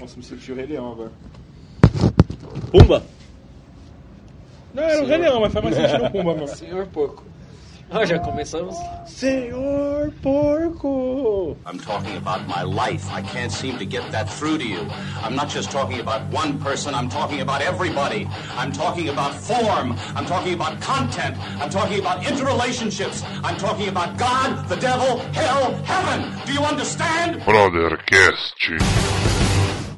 Nossa, me sentiu o Rei Leão agora. Pumba! Não, era o Rei Leão, mas faz mais sentido o Pumba mesmo. Senhor Porco. Ah, já começamos? Senhor Porco! I'm talking about my life. I can't seem to get that through to you. I'm not just talking about one person, I'm talking about everybody. I'm talking about form. I'm talking about content. I'm talking about interrelationships. I'm talking about God, the devil, hell, heaven. Do you understand? Brothercast.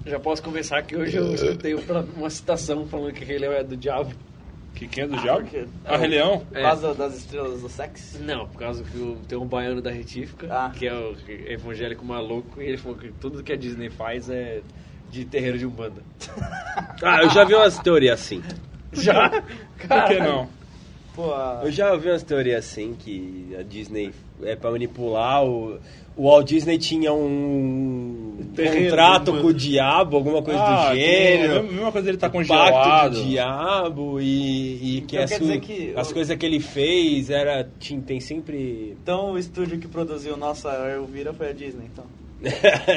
Já posso conversar que hoje eu escutei pra- uma citação falando que Rei Leão é do diabo. É. Que quem é do diabo? porque- Ah, Rei Leão? Por causa das estrelas do sexo? Não, por causa que o- tem um baiano da retífica, Ah. que é o evangélico maluco, e ele falou que tudo que a Disney faz é de terreiro de Umbanda. Ah, eu já vi umas teorias assim. Já? Por que não? Pô, a- Eu já ouvi umas teorias assim que a Disney é pra manipular o. O Walt Disney tinha um Terreno, contrato mano. com o diabo, alguma coisa do tem- gênero. Ah, A mesma coisa dele tá pacto congelado. do diabo e, e que, Então as, quer su- dizer que as o- coisas que ele fez era tinha- tem sempre então o estúdio que produziu nossa Elvira foi a Disney, então.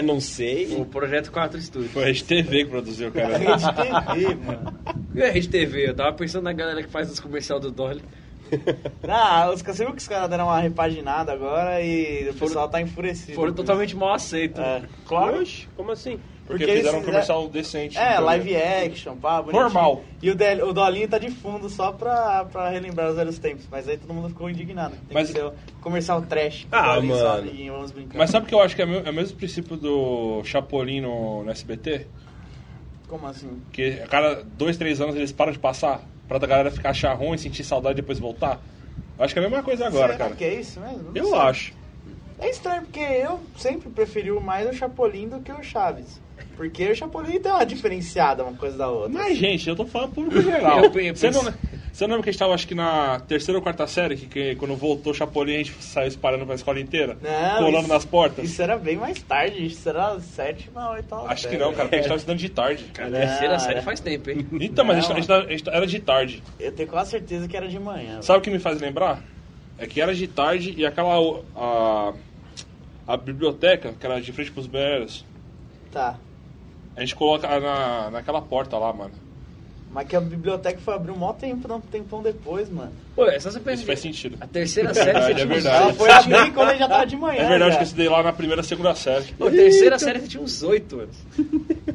não sei O Projeto 4 Studio. Foi a RedeTV que produziu, cara. Rede TV, mano. E a Rede TV? Eu tava pensando na galera que faz os comercial do Dolly. Ah, os, você viu que os caras deram uma repaginada agora e o Foram- pessoal tá enfurecido. Foram totalmente mal aceitos. É, claro. Oxe, como assim Porque, Porque fizeram um eles- comercial decente. né? É, no live action, pá, bonitinho. então, Normal. E o, Del, o Dolinho tá de fundo só pra, pra relembrar os velhos tempos. Mas aí todo mundo ficou indignado. Tem Mas- que ser o comercial trash. com Ah, o Dolinho só, mano. amiguinho, vamos brincar. Mas sabe que eu acho que é o me- é o mesmo princípio do Chapolin no, no SBT? Como assim? Que a cada dois, três anos eles param de passar pra da galera ficar achar ruim, sentir saudade e depois voltar. Eu acho que é a mesma coisa agora, Será cara. que é isso mesmo? Não Eu sei. acho. É estranho, porque eu sempre preferi mais o Chapolin do que o Chaves. Porque o Chapolin tem uma diferenciada uma coisa da outra. Mas, gente, eu tô falando público geral. Eu penso. Você não, você não lembra que a gente tava, acho que na terceira ou quarta série, que, que quando voltou o Chapolin a gente saiu espalhando pra escola inteira? Não, colando isso- nas portas? Isso é era bem mais tarde, isso era sétima, oitava. Acho que série. é. não, cara, porque a gente tava estudando de tarde. Cara, terceira Cara. série faz tempo, hein? Então, mas a gente, Não. a gente- a gente- era de tarde. Eu tenho quase certeza que era de manhã. Sabe o que me faz lembrar? É que era de tarde e aquela. o- A, a biblioteca, que era de frente pros banheiros, Tá. a gente coloca na, naquela porta lá, mano. Mas que a biblioteca foi abrir um maior tempo, não, um tempão depois, mano. Pô, é só você pensar. Isso faz sentido. A terceira série verdade, você é tinha uns verdade. Ela oito. foi abrir quando ele já tava de manhã. É verdade já. que eu estudei lá na primeira, segunda série. Pô, a terceira série você tinha uns oito anos.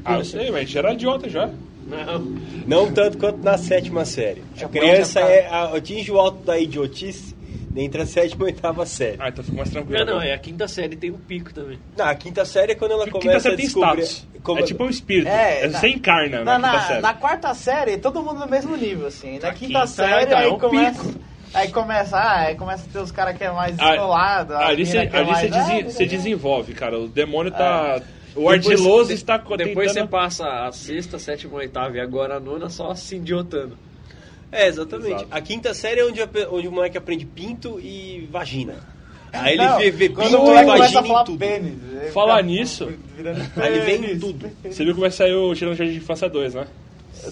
Ah, eu sei, mas a gente era idiota já. Não. não tanto quanto na sétima série a Chapolin criança já tá- é, a- atinge o alto da idiotice entre a sétima e a oitava série Ah, então fica mais tranquilo. Não, não, é a quinta série tem um pico também. não, a quinta série é quando ela Porque quinta começa série a tem descobrir status. como- É tipo um espírito. É, É, na- você encarna Na, na, quinta na- série. na quarta série, todo mundo no mesmo nível, assim. Na Na quinta, quinta, série, então, aí, é um começa, aí começa. ah, Aí começa a ter os caras que é mais Ah, escolado. as ali mina você que é mais- desen- ah, você desenvolve, cara. O demônio tá. O ardiloso está co- Ah, Depois você tentando... passa a sexta, sétima, oitava e agora a nona só se idiotando. é exatamente Exato. a quinta série é onde, a pe- onde o moleque aprende pinto e vagina aí ele Não, vê, vê pinto Quando o e moleque começa a vagina falar em tudo pênis. ele Falar fica nisso, virando aí ele vem em pênis. tudo Você viu que vai sair o Tirando Jardim de Infância 2, né?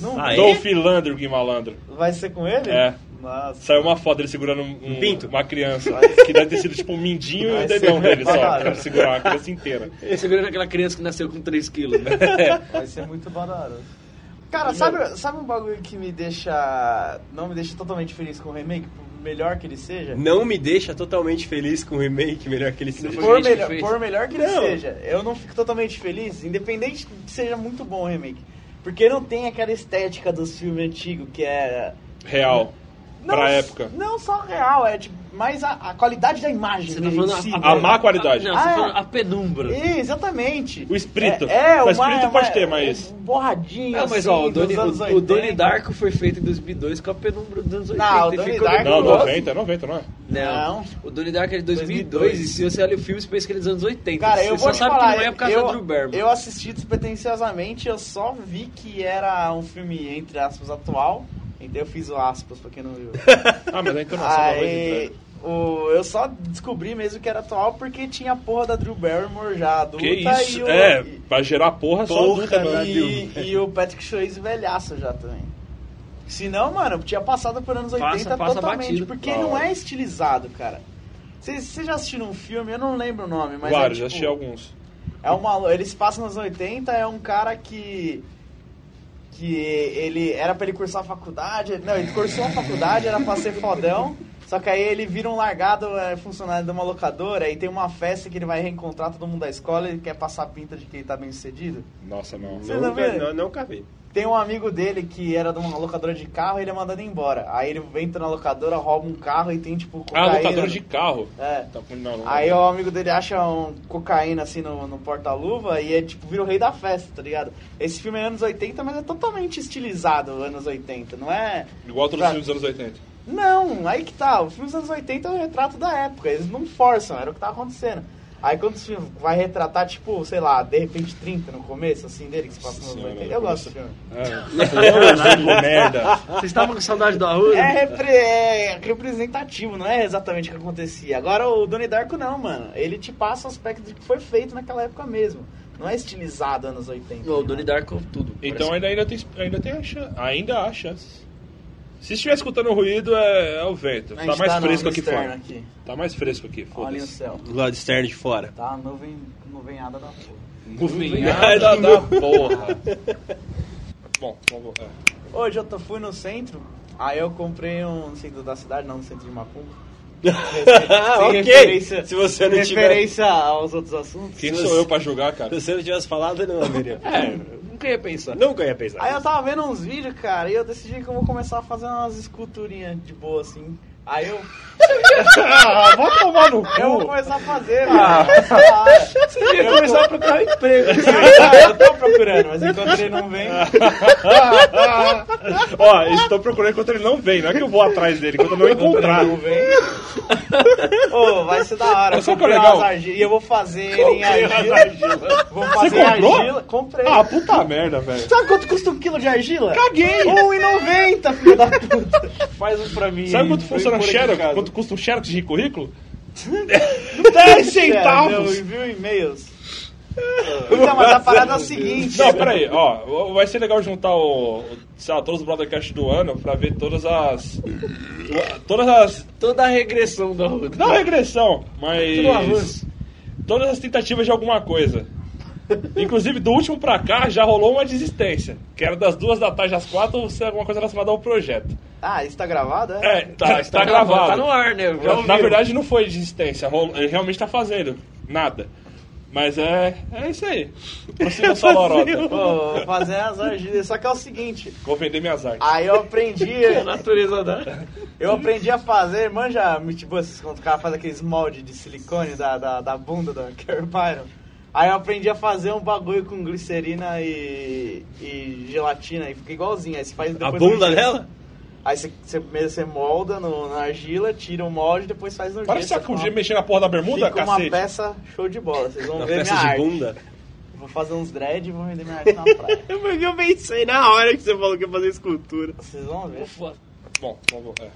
Não Ah, é? Dolph Lander, Gui Malandro. Vai ser com ele? É. Nossa. Saiu uma foto dele segurando um, um- Pinto. uma criança. Vai. Que deve ter sido tipo um mindinho e Vai o dedão ser dele só. barato. Pra segurar a criança inteira. Você vira aquela criança que nasceu com 3 quilos. né? Vai ser muito barato. Cara, sabe, sabe um bagulho que me deixa. Não me deixa totalmente feliz com o remake, por melhor que ele seja? Não me deixa totalmente feliz com o remake, melhor que ele seja. foi Por gente que melhor, fez. por melhor que ele Não. seja, eu não fico totalmente feliz, independente que seja muito bom o remake. Porque não tem aquela estética dos filmes antigos que é. Real. Não, pra época. Não só real, é tipo, mais a, a qualidade da imagem. Você tá em falando si, a né? má qualidade. Não, você tá Ah, é. falando a penumbra. Ih, Exatamente. O espírito. É, é Mas uma- espírito uma- pode ter, mas- Borradinho. Não, mas assim, ó, o dos Doni, anos o, o Donnie 80. Darko foi feito em 2002 com a penumbra dos anos 80. Não, o e Donnie ficou Darko- Não, nebuloso. 90, 90, não é? Não. Não. O Donnie Darko é de 2002, 2002. e se você olha o filme, você pensa que ele é dos anos 80. Cara, eu você só vou te sabe falar, que não é por causa eu, do Drew Barrymore. eu assisti despretensiosamente, eu só vi que era um filme, entre aspas, atual. Então eu fiz o aspas, pra quem não viu. Ah, mas a entonação da voz Aí, o, eu só descobri mesmo que era atual porque tinha a porra da Drew Barrymore já adulta Que e isso? o... É, e- pra gerar porra, só Porra, adulta, né? E, e o Patrick Swayze velhaço já também. Se não, mano, eu tinha passado por anos 80 Passa- passa totalmente, batido. porque Da não hora. é estilizado, cara. Vocês vocês já assistiram um filme, eu não lembro o nome, mas Vários, é, já tipo, achei alguns. É um maluco, ele se passa nos 80, é um cara que. Que ele era pra ele cursar a faculdade. Não, ele cursou a faculdade, era pra ser fodão. Só que aí ele vira um largado é, funcionário de uma locadora e tem uma festa que ele vai reencontrar todo mundo da escola e ele quer passar a pinta de que ele tá bem sucedido. Nossa, não. Você não Nunca, vê? não, nunca vi. Tem um amigo dele que era de uma locadora de carro e ele é mandado embora. Aí ele entra na locadora, rouba um carro e tem tipo. Ah, cocaína. locador de carro. É. Tá com não, não. Aí o amigo dele acha um cocaína assim no, no porta-luva e é tipo, vira o rei da festa, tá ligado? Esse filme é anos 80, mas é totalmente estilizado anos 80, não é? Igual todos os Tá. filmes dos anos 80. Não, aí que tá. O filme dos anos 80 é o retrato da época, eles não forçam, era o que tava acontecendo. Aí quando esse filme vai retratar, tipo, sei lá, de repente 30 no começo, assim, dele que se passa nos anos Senhora, 80. Eu gosto desse filme. É, merda. Vocês estavam com saudade do Arruda? É, repre- é representativo, não é exatamente o que acontecia. Agora o Donnie Darko não, mano. Ele te passa o aspecto de que foi feito naquela época mesmo. Não é estilizado anos né, 80. O Donnie Darko, tudo. Então Parece- ainda, ainda tem, ainda tem a chance. Ainda há chances. Se estiver escutando o ruído, é, é o vento. A Tá gente mais no- fresco no aqui externo fora. aqui. Tá mais fresco aqui, Olha o foda-se. céu. Do lado externo de fora. Tá nuvem, nuvenhada da porra. Nada da porra. Bom, vamos. É. Hoje eu tô- fui no centro, aí eu comprei um, no centro da cidade, não no centro de Macumba. Ah, Sem ok. referência- Se você não tiver. Referência aos outros assuntos. Quem Se sou você- eu pra julgar, cara? Se você não tivesse falado, não haveria. É, nunca ia pensar. Nunca ia pensar. Aí eu tava vendo uns vídeos, cara, e eu decidi que eu vou começar a fazer umas esculturinhas de boa, assim. Aí eu. Ah, vou tomar no Eu vou começar a fazer, Ah. mano. Você ia começar a procurar emprego. eu tô procurando, mas enquanto ele não vem. Ah, Ó, estou procurando enquanto ele não vem. Não é que eu vou atrás dele, enquanto eu não encontrar. Ô, vai ser da hora. Mas sabe comprei qual é umas legal? argila- E eu vou fazer ele em argila. Vou fazer em comprou? argila. Comprei. Ah, puta merda, velho. Sabe quanto custa um quilo de argila? Caguei! 1,90, filho da puta. Faz um pra mim. Sabe quanto Vem funciona por aqui em Xerox? casa. Quanto custa um Xerox de currículo? 10 centavos! Sério, viu e-mails. Então, mas a parada é a seguinte. Não, peraí, ó, vai ser legal juntar o, o- sei lá, todos os broadcasts do ano pra ver todas as. Todas as. Toda a regressão do Arruda. Não tá regressão, mas. Tudo avanço. Todas as tentativas de alguma coisa. Inclusive, do último pra cá já rolou uma desistência. Que era das duas da tarde às quatro, se alguma coisa relacionada ao projeto. Ah, isso tá gravado, é? É, tá, está gravado. Tá no ar, né? Já Na, na ouviram. verdade, não foi desistência. rolo- Ele realmente tá fazendo nada. Mas é, é isso aí. Prossiga sua lorota. Pô, vou fazer as argilhas. Só que é o seguinte. Vou vender minhas artes. Aí eu aprendi, A natureza da... eu aprendi a fazer, manja meatbusters, quando o cara faz aqueles moldes de silicone da, da, da bunda da Carrie Byron. Aí eu aprendi a fazer um bagulho com glicerina e, e gelatina e fica igualzinho. Aí você faz A depois bunda no- dela? Aí você, você, primeiro você molda no, na argila, tira o molde e depois faz no Para de gesso. sacudir Fica e mexer na porra da bermuda, Fica uma cacete. peça show de bola. Vocês vão Uma ver peça É minha de arte. bunda? Vou fazer uns dread e vou vender minha arte na praia. Eu, eu pensei na hora que você falou que ia fazer escultura. Vocês vão ver. Bom, vamos. É.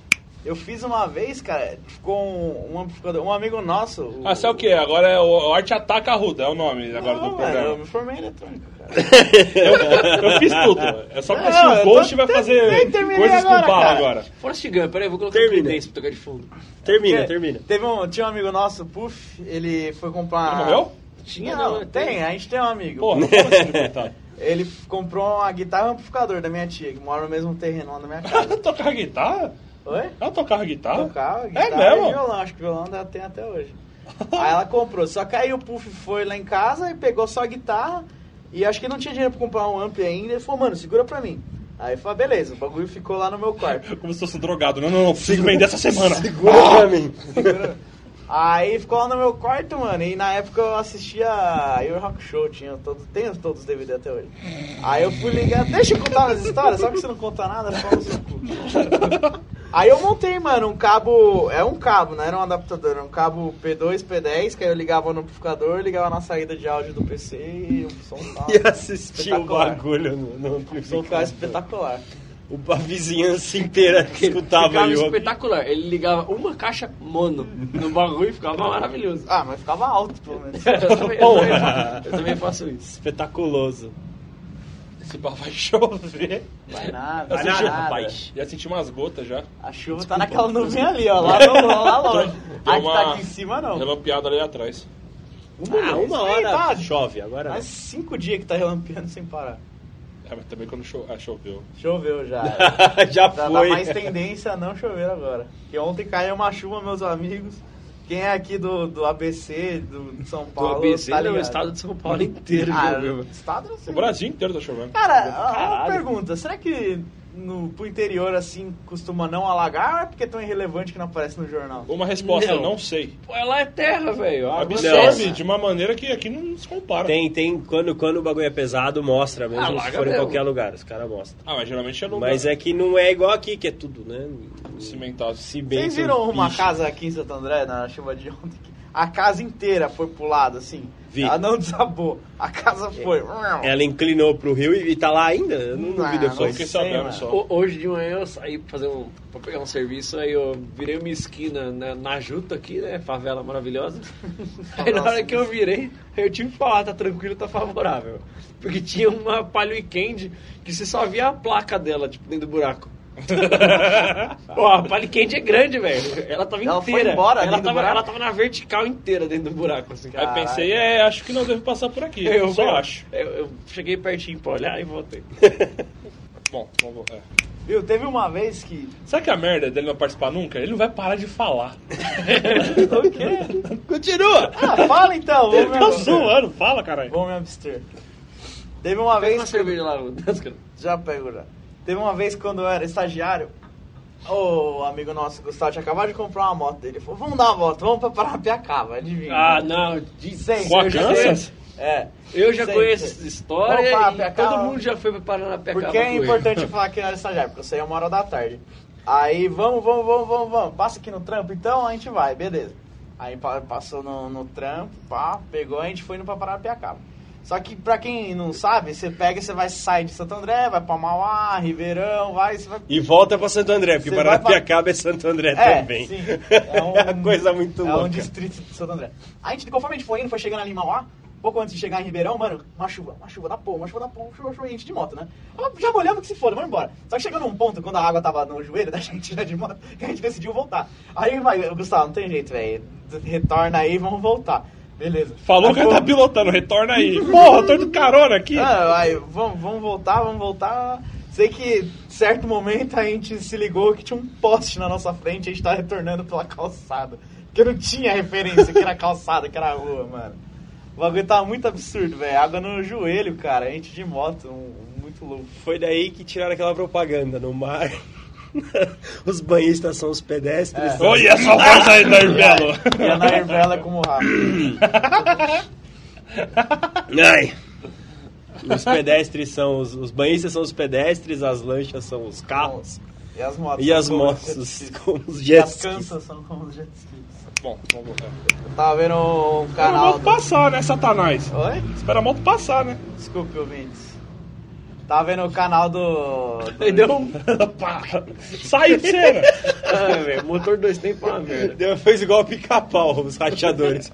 Eu fiz uma vez, cara, ficou um, um amplificador. Um amigo nosso. O, Ah, sabe o que? Agora é o o Arte Ataca a Ruda, é o nome agora Não, é, do mano, Ah, eu programa. me formei em eletrônica, cara. Eu fiz tudo. É só que Não, assim, eu o tô- Ghost vai nem fazer terminei coisas agora, com bala cara. agora. Forrest Gump, peraí, vou colocar Termina. Prudence pra tocar de fundo. Termina, É. Porque termina. Teve um, tinha um amigo nosso, Puff, ele foi comprar. Ele morreu? Tinha, não, tem, a gente tem um amigo. Porra, como assim, coitado? Ele f- comprou uma guitarra e um amplificador da minha tia, que mora no mesmo terreno lá na minha casa. Ela tocava guitarra? Oi? Ela tocava guitarra? Tocava, É guitarra e mesmo? violão. Acho que violão dela tem até hoje. aí ela comprou. Só que aí o Puff foi lá em casa e pegou só a guitarra. E acho que não tinha dinheiro pra comprar um amp ainda. Ele falou, mano, segura pra mim. Aí eu falei, beleza, o bagulho ficou lá no meu quarto. Como se fosse um drogado. Não, não, não, preciso vender essa semana. Segura pra mim. Aí ficou lá no meu quarto, mano. E na época eu assistia eu Rock Show, tinha todo, tenho todos os DVD até hoje. Aí eu fui ligar, deixa eu contar as histórias, só que você não conta nada, só no seu cu. Aí eu montei, mano, um cabo. É um cabo, não era um adaptador, era um cabo P2, P10, que aí eu ligava no amplificador, ligava na saída de áudio do PC e o som tava. E assim assistir o espetacular. bagulho no, no O som ficava amplificador. espetacular. O- A vizinhança inteira que escutava Tá, Ficava eu. espetacular. Ele ligava uma caixa mono no bagulho e ficava maravilhoso. Ah, mas ficava alto, pelo menos. Eu também, eu também- eu também faço isso. Espetaculoso. Esse pau vai chover. Vai nada, vai Olha lá, nada. rapaz. Já senti umas gotas já. A chuva tá naquela nuvem ali, ó, lá, no, lá longe. Deu A que uma- tá aqui em cima, não. Relampeado ali atrás. Uma, Ah, uma isso aí hora tá. chove, agora né? Faz cinco dias que tá relampeando sem parar. Ah, mas também quando cho- ah, choveu. Choveu já. já Dá, dá foi. mais tendência a não chover agora. Porque ontem caiu uma chuva, meus amigos. Quem é aqui do, do ABC, do de São Do Paulo, ABC, tá não, ligado. né? é o estado de São Paulo inteiro Ah, jogou. estado não sei. O Brasil inteiro tá chovendo. Cara, a- a Caralho. pergunta, será que no, pro interior, assim, costuma não alagar ou é porque é tão irrelevante que não aparece no jornal? Uma resposta, Não. eu não Ah, sei. Pô, lá é terra, velho. A água Absorve desce. de uma maneira que aqui não se compara. Tem, tem, quando, quando o bagulho é pesado, mostra mesmo, Ah, se larga for em mesmo. qualquer lugar, os caras mostram. Ah, mas geralmente é lugar Mas é que não é igual aqui, que é tudo, né? cimentado. Se bem Vocês que um viram uma bicho- casa aqui em Santo André, na chuva de ontem? que A casa inteira foi pro lado, assim. Vi. É. Ela não desabou. A casa foi. Ela inclinou pro rio e tá lá ainda? Eu não, Ah, vi Só depois. fiquei sei, sabendo mano. só. Ho- Hoje de manhã eu saí pra, fazer um, pra pegar um serviço, aí eu virei uma esquina na, na Juta aqui, né? Favela maravilhosa. Aí na hora que eu virei, eu tive que falar, tá tranquilo, tá favorável. Porque tinha uma Palio Weekend que você só via a placa dela, tipo, dentro do buraco. Pô, a Palio Weekend é grande, velho. Ela tava Ela foi inteira. embora ela, dentro do tava, buraco? ela tava na vertical inteira dentro do buraco, assim, cara. Aí pensei, é, acho que não devo passar por aqui. Eu só acho. Eu, eu cheguei pertinho pra olhar e voltei. Bom, vamos, é. Viu, teve uma vez que. Sabe que a merda dele não participar nunca? Ele não vai parar de falar. O quê? Continua! Ah, fala então, é vou me Tá abster. zoando, fala, caralho. Vou me abster. Teve uma Pega uma vez. cerveja lá, Dantas, Já pego já. Teve uma vez quando eu era estagiário, o amigo nosso, Gustavo, tinha acabado de comprar uma moto dele. Ele falou, vamos dar uma volta, vamos pra Paranapiacaba, adivinha. Ah, não, de Sempre. Com a eu já Kansas? É. Eu já Sempre. conheço essa história Vamos pra e Piracicaba. todo mundo já foi preparando a pecada. Porque é importante eu falar que eu era estagiário, porque eu saía uma hora da tarde. Aí, vamos, vamos, vamos, vamos, vamos. Passa aqui no trampo, então a gente vai, beleza. Aí pa- passou no, no trampo, pá, pegou, a gente foi indo pra Paranapiacaba. Só que pra quem não sabe, você pega e você vai sair de Santo André, vai pra Mauá, Ribeirão, vai, você vai E volta pra Santo André, porque Você vai pra- Paranapiacaba é Santo André É, também. sim. É, uma coisa muito é louca. um distrito de Santo André. A gente, conforme a gente foi indo, foi chegando ali em Mauá, pouco antes de chegar em Ribeirão, mano, uma chuva, uma chuva da porra, uma chuva da porra, uma chuva, uma chuva, e a gente de moto, né? Ela Já molhamos que se foda, vamos embora. Só que chegou num ponto, quando a água tava no joelho da gente já de moto, que a gente decidiu voltar. Aí, vai, Gustavo, não tem jeito, velho. Retorna aí, vamos voltar. Beleza. Falou Aí, que ele vamos- tá pilotando, retorna aí. Porra, tô de carona aqui. ah, aí, vamos, vamos voltar, vamos voltar. Sei que certo momento a gente se ligou que tinha um poste na nossa frente e a gente tava retornando pela calçada. Porque eu não tinha referência que era calçada, que era rua, mano. O bagulho tava muito absurdo, velho. Água no joelho, cara. A gente de moto, um- muito louco. Foi daí que tiraram aquela propaganda no mar. os banhistas são os pedestres. Olha essa voz aí, Nervelo. E a Nair Vela como rato. É. Ai. Os pedestres são os, os banhistas são os pedestres, as lanchas são os carros E as motos. e as são como é motos jet skis. como os E jet as skis. cansas são como jet skis. Bom, é. vamos lá. Eu tava vendo um Espera a canal. moto do- passar, né, Satanás? Oi? Espera a moto passar, né? Desculpe, ouvintes. Tava vendo o canal do. do- Aí deu um. Pá. Saiu de cena. Ah, velho, motor dois tempos é uma merda. Deu- Fez igual o pica-pau, os rachadores.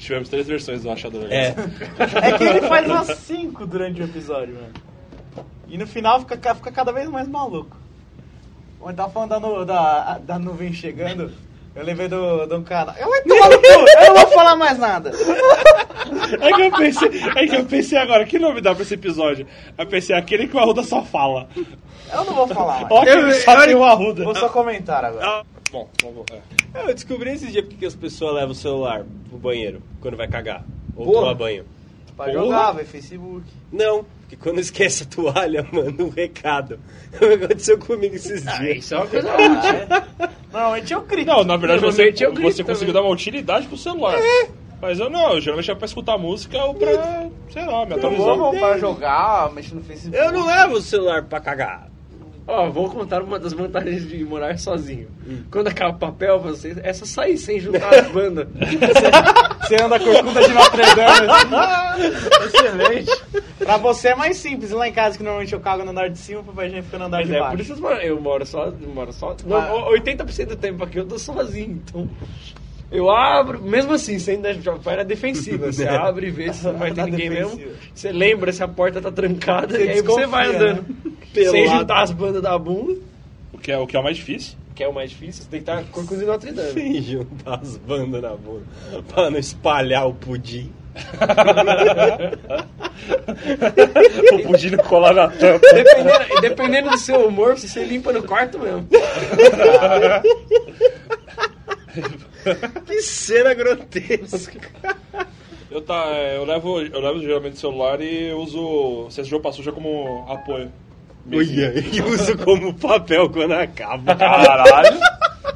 Tivemos três versões do Achador. é, É que ele faz umas 5 durante o episódio, mano. E no final fica, ca- fica cada vez mais maluco. Quando tava falando da, nu- da, da nuvem chegando, eu lembrei do, de um cara. Eu vou tomar no cu, eu não vou falar mais nada. É que eu pensei, é que eu pensei agora, que nome dá pra esse episódio? Eu pensei, "É aquele que o Arruda só fala. Eu não vou falar mais. Ó, que ele só tem o Arruda. Vou só comentar agora. Bom, vamos lá. eu descobri esse dia porque que as pessoas levam o celular pro banheiro quando vai cagar ou Porra. tomar banho. Pra jogar, velho, Facebook. Não, porque quando esquece a toalha, manda um recado. Aconteceu comigo esses dias. Isso é uma coisa útil. Normalmente eu critico. Não, na verdade você, Normalmente eu grito você também. conseguiu dar uma utilidade pro celular. Mas eu não, eu geralmente é pra escutar música ou pra, sei lá, me eu atualizar. vou pra jogar, mexer no Facebook. Eu não levo o celular pra cagar. Ó, vou contar uma das vantagens de morar sozinho. Hum. Quando acaba o papel, você é só sair sem juntar as bandas. Você anda corcunda de Notre Dame. Excelente. Pra você é mais simples. Lá em casa, que normalmente eu cago no andar de cima, o papai já fica no andar Mas de é baixo. por isso que eu moro- eu moro só, eu moro só. Não, Ah. 80% do tempo aqui eu tô sozinho, então. Eu abro, mesmo assim, você ainda já vai na defensiva. É. Você abre e vê se não vai ter Na ninguém defensiva. mesmo. Você lembra se a porta tá trancada Tá Você e aí você vai desconfia, andando. né? Sem Pelado. juntar as bandas da bunda. O que, é, o que é o mais difícil. que é o mais difícil, você tem que estar com Cruz de Notre Dame. Sem juntar as bandas na boca pra não espalhar o pudim. o pudim não colar na tampa. Dependendo, dependendo do seu humor, você limpa no quarto mesmo. Que cena grotesca. Eu, tá, eu, levo, eu levo geralmente o celular e uso o CSGO pra suja como apoio. Uia, e uso como papel quando acaba. Caralho!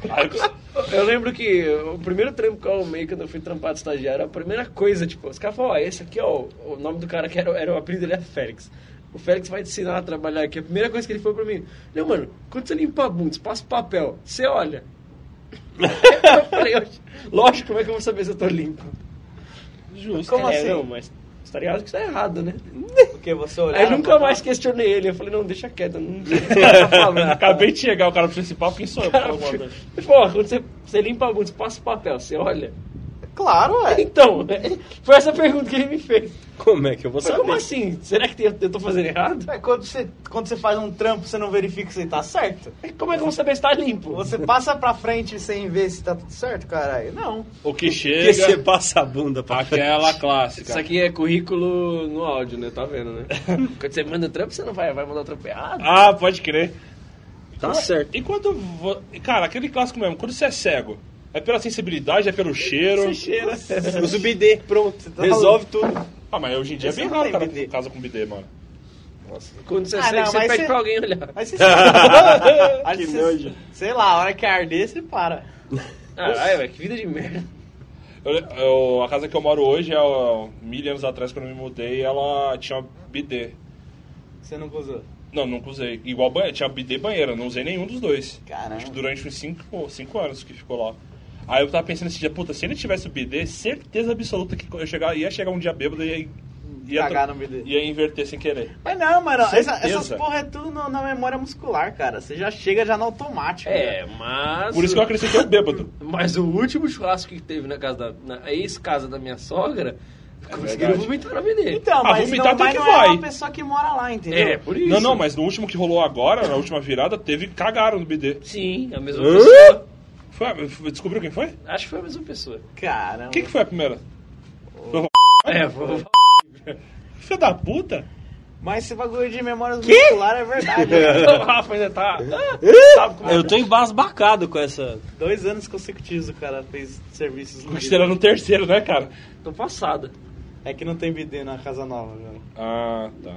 Aí, Eu lembro que o primeiro trampo que eu arrumei quando eu fui trampar de estagiário, a primeira coisa, tipo, os caras falaram, ó, esse aqui, ó, o nome do cara que era, era o apelido dele é Félix. O Félix vai te ensinar a trabalhar aqui. A primeira coisa que ele falou pra mim, não, mano, quando você limpa a bunda, você passa o papel, você olha. eu falei, "Oxe, lógico, como é que eu vou saber se eu tô limpo? justo. Como É, assim? Não, mas você tá ligado que isso tá errado, né? Porque você olhar... Aí eu nunca mais questionei ele. Eu falei, não, deixa quieto, eu não sei o que você tá falando. Acabei de chegar o cara principal, quem sou eu? pra Cara, falar alguma coisa? Pô, quando você, você limpa a bunda, você passa o papel, você olha. Claro, é. Então, foi essa pergunta que ele me fez. Como é que eu vou Mas saber? como assim? Será que eu eu tô fazendo errado? É, Quando você, quando você faz um trampo, você não verifica se tá certo? Como é que eu vou saber se tá limpo? Você passa pra frente sem ver se tá tudo certo, caralho? Não. O que Porque você chega, passa a bunda pra frente. aquela clássica. Isso aqui é currículo no áudio, né? Tá vendo, né? Quando você manda trampo, você não vai, vai mandar trampo errado. Ah, pode crer. Tá certo. E quando. vo- Cara, aquele clássico mesmo, quando você é cego, é pela sensibilidade, é pelo cheiro. Você cheira. Usa o bidê, pronto. tá Resolve tudo. Ah, mas hoje em dia é Você bem não raro o tem cara bidê. que casa com bidê, mano. Quando você Ah, sai, não, você mas pede você- pra alguém olhar. Mas você sabe. Que Você- nojo. Sei lá, a hora que arder, você para. Caralho, velho, que vida de merda. Eu- eu- a casa que eu moro hoje, é ó, mil anos atrás, quando eu me mudei, ela tinha bidê. Você nunca usou. Não, nunca usei. Igual banheiro, tinha bidê e banheira, não usei nenhum dos dois. Caramba. Acho que durante uns 5 cinco anos que ficou lá. Aí eu tava pensando esse dia, puta, se ele tivesse o bidê, certeza absoluta que eu chegar, ia chegar um dia bêbado e ia, ia, Cagar tro- no bidê. ia inverter sem querer. Mas não, mano, essa- Certeza. essas porra é tudo no- na memória muscular, cara. Você já chega já no automático. É, né? mas. Por isso que eu acrescentei o bêbado. Mas o último churrasco que teve na casa da. Na ex-casa da minha sogra, conseguiram verdade. vomitar na avenida. Então, Ah, mas vomitar não, até mas que não é vai. uma pessoa que mora lá, entendeu? É, por isso. Não, não, mas no último que rolou agora, na última virada, teve cagaram no BD. Sim, a mesma Hã? pessoa. Foi- foi- descobriu quem foi? Acho que foi a mesma pessoa. Caramba. Quem que foi a primeira? É, vou. Filho da puta? Mas esse bagulho de memória muscular é verdade. cara. O Rafa ainda tá. Sabe como é? Eu tô embasbacado com essa. Dois anos consecutivos o cara fez serviços no bidê. Considerando o terceiro, né, cara? Tô passada. É que não tem bidê na casa nova, velho. Ah, tá.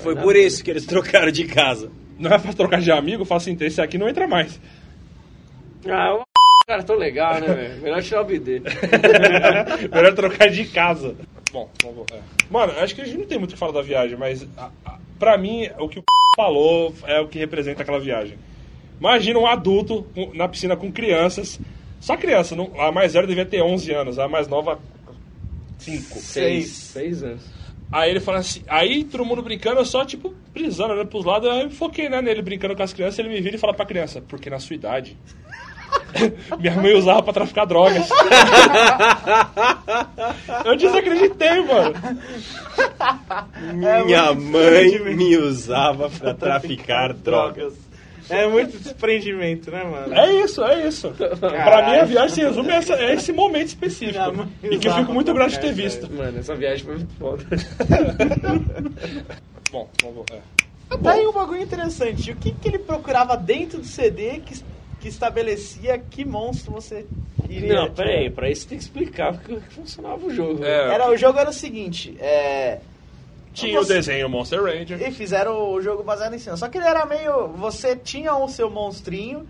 Foi por isso que eles trocaram de casa. Não é pra trocar de amigo, fala assim, esse aqui não entra mais. Ah, o cara tão legal, né, velho? Melhor tirar o BD. Melhor trocar de casa. Bom, vamos é. Mano, acho que a gente não tem muito o que falar da viagem, mas a, a, pra mim, o que o falou é o que representa aquela viagem. Imagina um adulto com- na piscina com crianças. Só criança, não- a mais velha devia ter 11 anos, a mais nova, 5. Seis. Seis anos. Aí ele fala assim, aí todo mundo brincando, eu só tipo brisando, olhando pros lados, aí eu foquei né, nele brincando com as crianças, ele me vira e fala pra criança, porque na sua idade. Minha mãe usava pra traficar drogas. eu desacreditei, mano. Minha mãe me usava pra traficar drogas. É muito desprendimento, né, mano? É isso, é isso. Pra mim a viagem se resume a, essa- a esse momento específico. Minha mãe tipo, E que eu fico usava muito grato de pra ter visto. Mano, essa viagem foi muito foda. Bom, vamos. É. Tá aí um bagulho interessante. O que, que ele procurava dentro do CD que, que estabelecia que monstro você iria? Não, pera aí, pra isso tem que explicar porque que funcionava o jogo. É. Era, o jogo era o seguinte, é... Tinha o você- desenho Monster Ranger. E fizeram o jogo baseado em cima. Só que ele era meio... Você tinha o seu monstrinho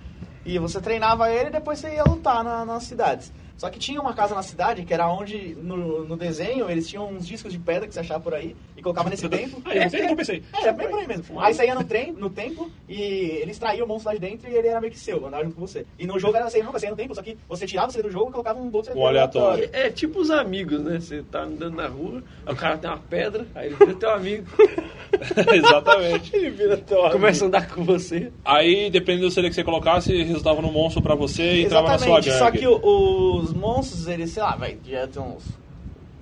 e você treinava ele e depois você ia lutar na- nas cidades. Só que tinha uma casa na cidade que era onde, no, no desenho, eles tinham uns discos de pedra que você achava por aí e colocava nesse tempo. Aí, não sei o que eu pensei. É, era bem por aí mesmo. Aí você ia no trem, no templo, e ele extraía o monstro lá de dentro e ele era meio que seu, andava junto com você. E no jogo era assim, não, você ia no templo, só que você tirava você do jogo e colocava um outro Um aleatório. É tipo os amigos, né? Você tá andando na rua, aí o cara tem uma pedra, aí ele vira teu amigo, Exatamente. Ele vira teu começa a andar com você. Aí, dependendo do CD que você colocasse, resultava no monstro pra você e entrava na sua Exatamente, gangue. só que o- os monstros, eles, sei lá, vai, já tem uns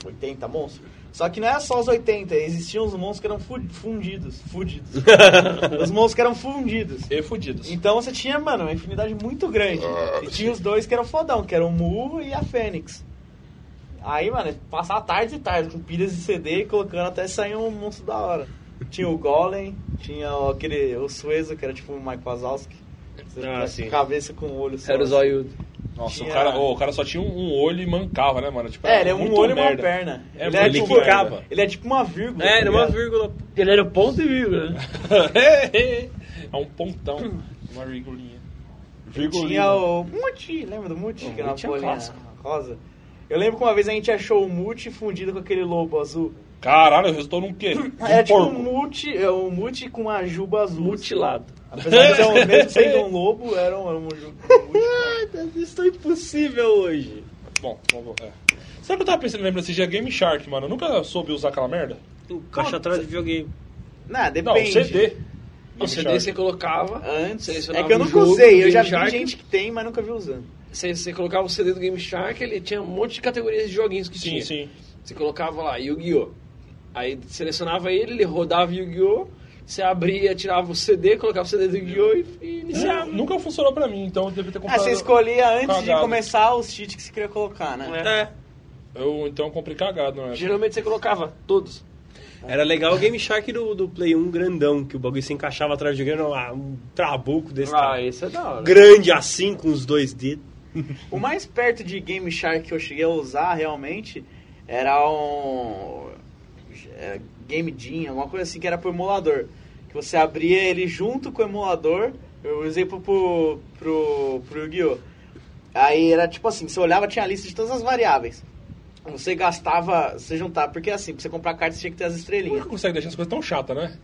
80 monstros. Só que não era só os 80, existiam os monstros que eram fu- fundidos. Fudidos. os monstros que eram fundidos. E fudidos. Então você tinha, mano, uma infinidade muito grande. Ah, E tinha os dois que eram fodão, que eram o Mu e a Fênix. Aí, mano, passava tarde e tarde com pilhas de CD e colocando até sair um monstro da hora. Tinha o Golem, tinha o- aquele, o Suezo, que era tipo o Mike Wazowski. Você Ah, tá sim. com Cabeça com o olho só. Era o zoiudo. Nossa, o Tinha- cara, ô, o cara só tinha um, um olho e mancava, né, mano? Tipo, É, ele é um muito olho e uma merda. perna. É ele é muito tipo, merda. Ele é tipo uma vírgula. É, era tá uma ligado? vírgula. Ele era ponto e vírgula, né? é um pontão. Uma virgulinha. Tinha o Muti, lembra do Muti? O que era uma Muti é um bolinha clássico. rosa. Eu lembro que uma vez a gente achou o Muti fundido com aquele lobo azul. Caralho, eu estou num quê? Num Era tipo um porco. Muti, é, um Muti com a juba azul. Mutilado. Apesar de ser um, mesmo sendo um lobo, era um, era um Muti. Isso é impossível hoje. Bom, vamos, é. Sabe o que eu tava pensando, lembra desse dia Game Shark, mano? Eu nunca soube usar aquela merda. Caixa atrás de videogame. Não, Não, depende. CD. O Game CD Shark. você colocava. Antes, é Selecionava que eu um nunca jogo, usei, eu Game já Shark. vi gente que tem, mas nunca vi usando. Você, você colocava o CD do Game Shark, ele tinha um monte de categorias de joguinhos que Sim, tinha. sim. Você colocava lá Yu-Gi-Oh! Aí selecionava ele, ele rodava Yu-Gi-Oh! Você abria, tirava o CD, colocava o CD do Yu-Gi-Oh! e- e Nunca, iniciava. nunca funcionou pra mim, então eu devia ter é um- Ah, comprado. você escolhia antes de Cagado. começar os cheats que você queria colocar, né? É. Eu, então eu comprei cagado, não é? Geralmente você colocava todos. Era legal o Game Shark do, do Play 1 grandão, que o bagulho se encaixava atrás do videogame, era um um trabuco desse Ah, tamanho. esse é da hora. Grande assim, com os dois dedos. O mais perto de Game Shark que eu cheguei a usar realmente era um. é, Game Jam, alguma coisa assim que era pro emulador. Que você abria ele junto com o emulador. Eu usei pro, pro, pro, pro Yu-Gi-Oh! Aí era tipo assim: você olhava, tinha a lista de todas as variáveis. Você gastava, você juntava, porque assim, pra você comprar carta você tinha que ter as Por estrelinhas. é que consegue deixar as coisas tão chatas, né?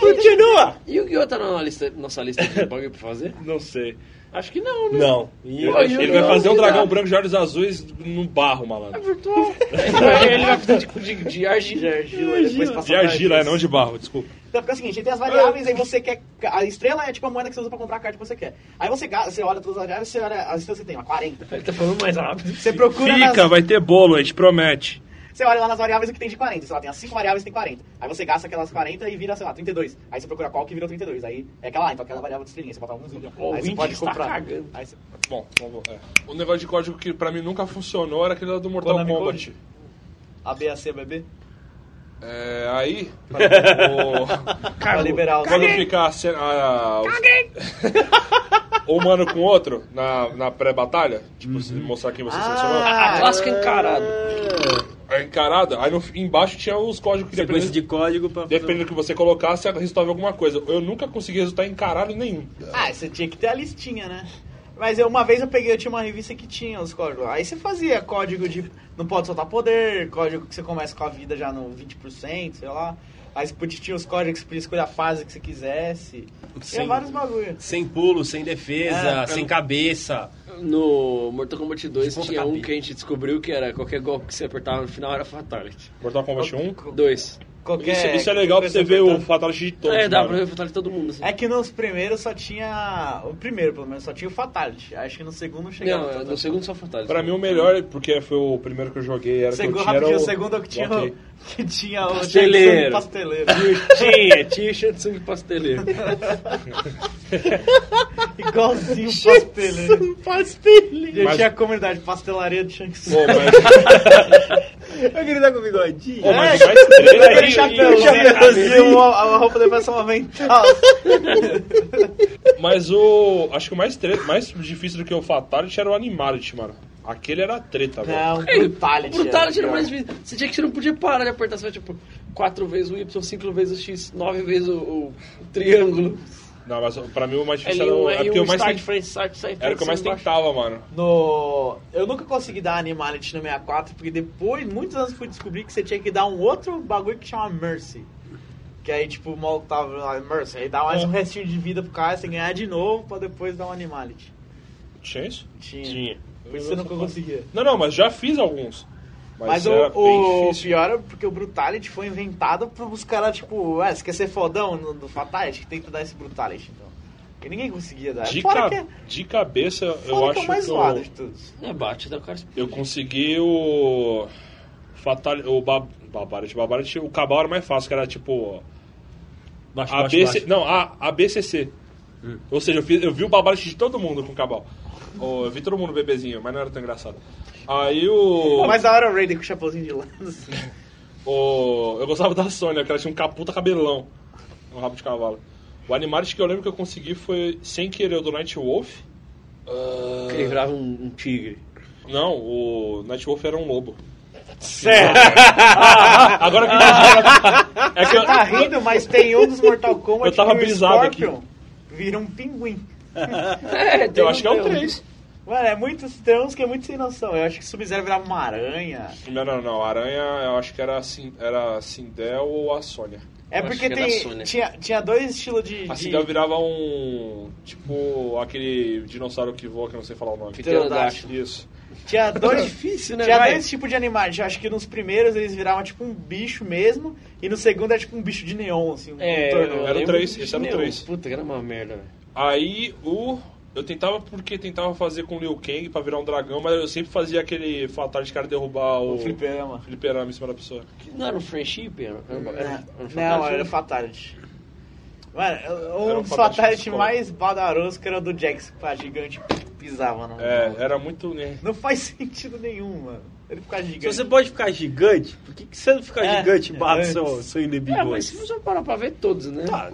Continua! Yu-Gi-Oh! tá na nossa lista, nossa lista de bagulho pra fazer? Não sei. Acho que não, né? Não. E Eu- Ele vai não, fazer um não. dragão branco de olhos azuis no barro, É malandro. virtual. Ele vai- ele vai fazer tipo de, de De argila. argila, depois passa De pra argila, é, argila. não de barro, desculpa. Então fica o seguinte, aí tem as variáveis, aí você quer. A estrela é tipo a moeda que você usa pra comprar a carta que você quer. Aí você, gasta- você olha todas as variáveis, você olha as estrelas que você tem, lá, 40. Ele tá falando mais rápido. Você procura nas- vai ter bolo, a gente promete. Você olha lá nas variáveis o que tem de 40. Sei lá, tem as 5 variáveis e tem 40. Aí você gasta aquelas 40 e vira, sei lá, 32. Aí você procura qual que virou 32. Aí é aquela lá, então aquela variável de estrelinha. Você bota alguns números. O aí você ouvinte pode está comprar. cagando. Aí você... Bom, vamos, é. O negócio de código que pra mim nunca funcionou era aquele lá do Mortal Konami Kombat. Code? A, B, A, C, B, B. É, aí, Tá o- Pra liberar os... quando ficar a cena. a- os- um mano com o outro na, na pré-batalha, tipo, se Uhum. mostrar quem Ah! você selecionou, Ah, A clássica encarada. a encarada, aí no- embaixo tinha os códigos que É. sequência dependendo, de código pra fazer- um- dependendo do que você colocasse, resolve alguma coisa. Eu nunca consegui resultar em caralho nenhum. Ah, você tinha que ter a listinha, né? Mas eu, uma vez eu peguei, eu tinha uma revista que tinha os códigos. Aí você fazia código de não pode soltar poder, código que você começa com a vida já no 20%, sei lá. Aí você podia, tinha os códigos que você podia escolher a fase que você quisesse. Tinha Sim. vários bagulho. Sem pulo, sem defesa, É, sem eu- cabeça. No Mortal Kombat 2 De ponta tinha um cabeça. que a gente descobriu que era qualquer golpe que você apertava no final era Fatality. Mortal Kombat 1. Dois. Qualquer, Isso, isso é legal pra você ver o importante. Fatality de todos. é, dá mano. pra ver Fatality todo mundo. Assim. É que nos primeiros só tinha. O primeiro, pelo menos, só tinha o Fatality. Acho que no segundo chegava. Não, no segundo só Fatality. Pra mim o melhor, porque foi o primeiro que eu joguei, era o que eu segundo, tinha era rapidinho, o... o segundo é o que tinha. Ok. o- Que tinha o Pasteleiro. pasteleiro. Tinha, É, tinha Shatsung Pasteleiro. Igualzinho o pasteleiro. Pastelha. Já Mas- tinha a comunidade pastelaria do Shang Tsung. Pô, mas, Eu queria dar com bigodinho. pô, mas É, mais treta Aquele aí, chapéu, hein? né? E o- a roupa da versão mental. Mas o... Acho que o mais treta, mais difícil do que o Fatality era o Animality, mano. Aquele era treta, velho. Não, brutality. Brutality era pior. mais difícil. Você tinha que você não podia parar de apertar. Você vai, tipo, quatro vezes o Y, cinco vezes o X, nove vezes o, o triângulo. Não, mas pra mim o mais Aí difícil era um, o... aí É porque um eu mais start, tent- frente, start, start, Era o que eu mais tentava, mano. No... Eu nunca consegui dar Animality no 64, porque depois, muitos anos, fui descobrir que você tinha que dar um outro bagulho que chama Mercy. Que aí, tipo, o maluco tava lá, Mercy, aí dá mais É. um restinho de vida pro cara, você ganhar de novo, pra depois dar um Animality. Tinha isso? Tinha. Por isso você nunca conseguia. Não, não, mas já fiz alguns. Mas, Mas, era o, bem o difícil. pior é porque o Brutality foi inventado pra os caras, tipo, ah, você quer ser fodão no, do Fatality? Tenta dar esse Brutality, então. Porque ninguém conseguia dar. De, fora ca- que, é- de cabeça, fora eu que acho é o mais que zoado eu... de todos. É, bate da cara. Eu consegui o. Batalha. O ba... Babarat, Babarat, o Cabal era mais fácil, que era tipo. Baixo, baixo, ABC, baixo. não, a, ABCC. Ou seja, eu, fiz- eu vi o Babarat de todo mundo com o Cabal. Ô, eu vi todo mundo bebezinho, mas não era tão engraçado. Aí o. Mas da hora o Raiden com o chapeuzinho de lado. assim. O- Eu gostava da Sônia, que ela tinha um caputa cabelão. Um rabo de cavalo. O Animaris que eu lembro que eu consegui foi sem querer o do Night Wolf. Que ele virava um, um tigre. Não, o Night Wolf era um lobo. Sério? Agora que eu É que eu, Tá rindo, mas tem um dos Mortal Kombat Eu tava que o brisado Scorpion vira um pinguim. É, eu acho que é o 3. Mano, é muito, tem uns que é muito sem noção. Eu acho que Sub-Zero virava uma aranha. Não, não, não. A Aranha, eu acho que era, a Sin- era a Sindel ou a Sônia. É Eu acho porque que é da tem, Sônia. tinha, tinha dois estilos de... A de- Sindel virava um. Tipo, aquele dinossauro que voa, que eu não sei falar o nome. Pterodáctilo. Isso. Tinha dois difícil, né, Tinha vai? dois tipos de animais. Eu acho que nos primeiros eles viravam tipo um bicho mesmo, e no segundo é tipo um bicho de neon, assim, um É, contorno. eu Era o lembro três, de esse era o Neon. três. Puta, que era uma merda, velho. Aí o. Eu tentava porque tentava fazer com o Liu Kang pra virar um dragão, mas eu sempre fazia aquele fatal de cara derrubar o. O fliperama. Fliperama em cima da pessoa. Que Não era um friendship? Era, era, era, era um Não, fantasma? era o Fatality. Mano, um, Era um dos Fatality Fatality escola. mais badoroso que era o do Jax, que a gigante pisava no. É, era muito. né? Não faz sentido nenhum, mano. Ele ficar Se gigante. você pode ficar gigante, por que, que você não fica É, gigante e bate é, seu, seu inimigo? É, mas se antes? você parar pra ver todos, né? Tá,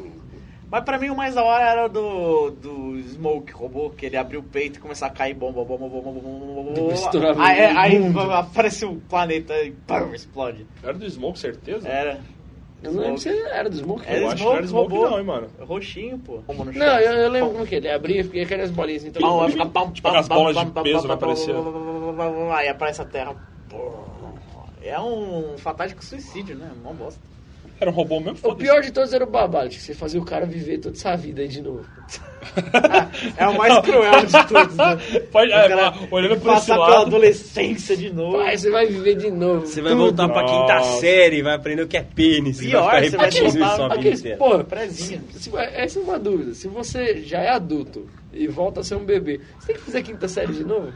Mas pra mim o mais da hora era o do, do Smoke robô, que ele abriu o peito e começava a cair bomba, bomba, bomba, bomba, bomba, bomba. Estourava bomba. Aí, no aí mundo. aparece o planeta e pum, explode. Era do Smoke, certeza? Era. eu não lembro se ele era do É, Smoke. Era Eu Eu acho acho. que não era Smoke, robô. não, hein, mano. Roxinho, pô. Não, eu, eu lembro como é que ele abria e fiquei aquelas bolinhas. Então, Pau, vai ficar pau, Tipo aquelas bolas de peso, né, parecia. Aí aparece a terra. Pum. É um fatático suicídio, né? Uma bosta. Era um robô mesmo? o foda-se. pior de todos era o babado, que você fazia o cara viver toda essa vida aí de novo. É o mais cruel de todos. Né? Pode, é, O cara ah, olhando por esse Passar pela lado. adolescência de novo. Pai, você vai viver de novo. Você vai voltar pra quinta Nossa. série, vai aprender o que é pênis. Pior, vai você vai repetindo voltar- isso a vida Aqueles, inteira. porra, Prezinha. se- se- essa é uma dúvida. Se você já é adulto e volta a ser um bebê, você tem que fazer a quinta série de novo?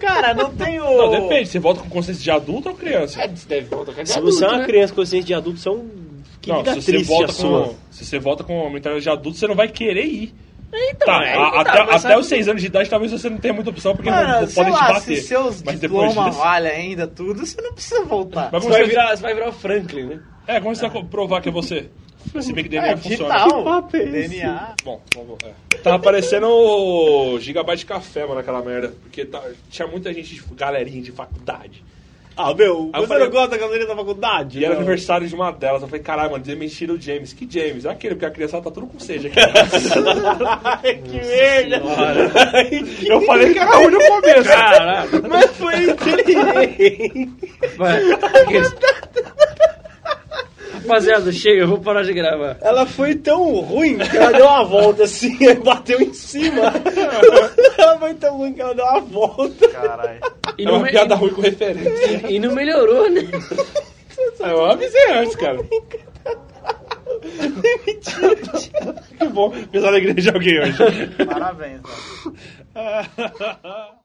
Cara, não tem o. Não, depende, você volta com consciência de adulto ou criança? É, você deve voltar com a de Se adulto, você é uma né? criança consciente de adulto, você é um. Que não, vida se você, triste volta a sua. com, se você volta com uma mentalidade de adulto, você não vai querer ir. Então, tá, é, a- tá, até, mas até sabe- os 6 anos de idade talvez você não tenha muita opção, porque não, Mano, não sei podem te lá, bater. se seus mas depois diplomas disso... valem ainda tudo, você não precisa voltar. Mas Você como você, vai virar, você vai virar o Franklin, né? É, como você vai provar que é você? Se bem que DNA É, funciona. digital. papo é esse? DNA. Bom, vamos, é. Tava parecendo o Gigabyte Café, mano, aquela merda. Porque tá- tinha muita gente, de galerinha de faculdade. Ah, meu, Aí eu você falei- não gosta da galera da faculdade? E era não? aniversário de uma delas. Eu falei, caralho, mano, demitiram o James. Que James? É aquele, porque a criança tá tudo com seja. Que merda. eu falei que era ruim no começo. Caraca, Mas foi inteligente. Vai. Aqueles- Rapaziada, chega, eu vou parar de gravar. ela foi tão ruim que ela deu uma volta assim e bateu em cima. ela foi tão ruim que ela deu uma volta. Caralho. E É não, uma me- piada ruim com referência. e não melhorou, né? É Eu avisei antes, cara. Que bom pisar na igreja de alguém hoje. Parabéns, mano. Ah.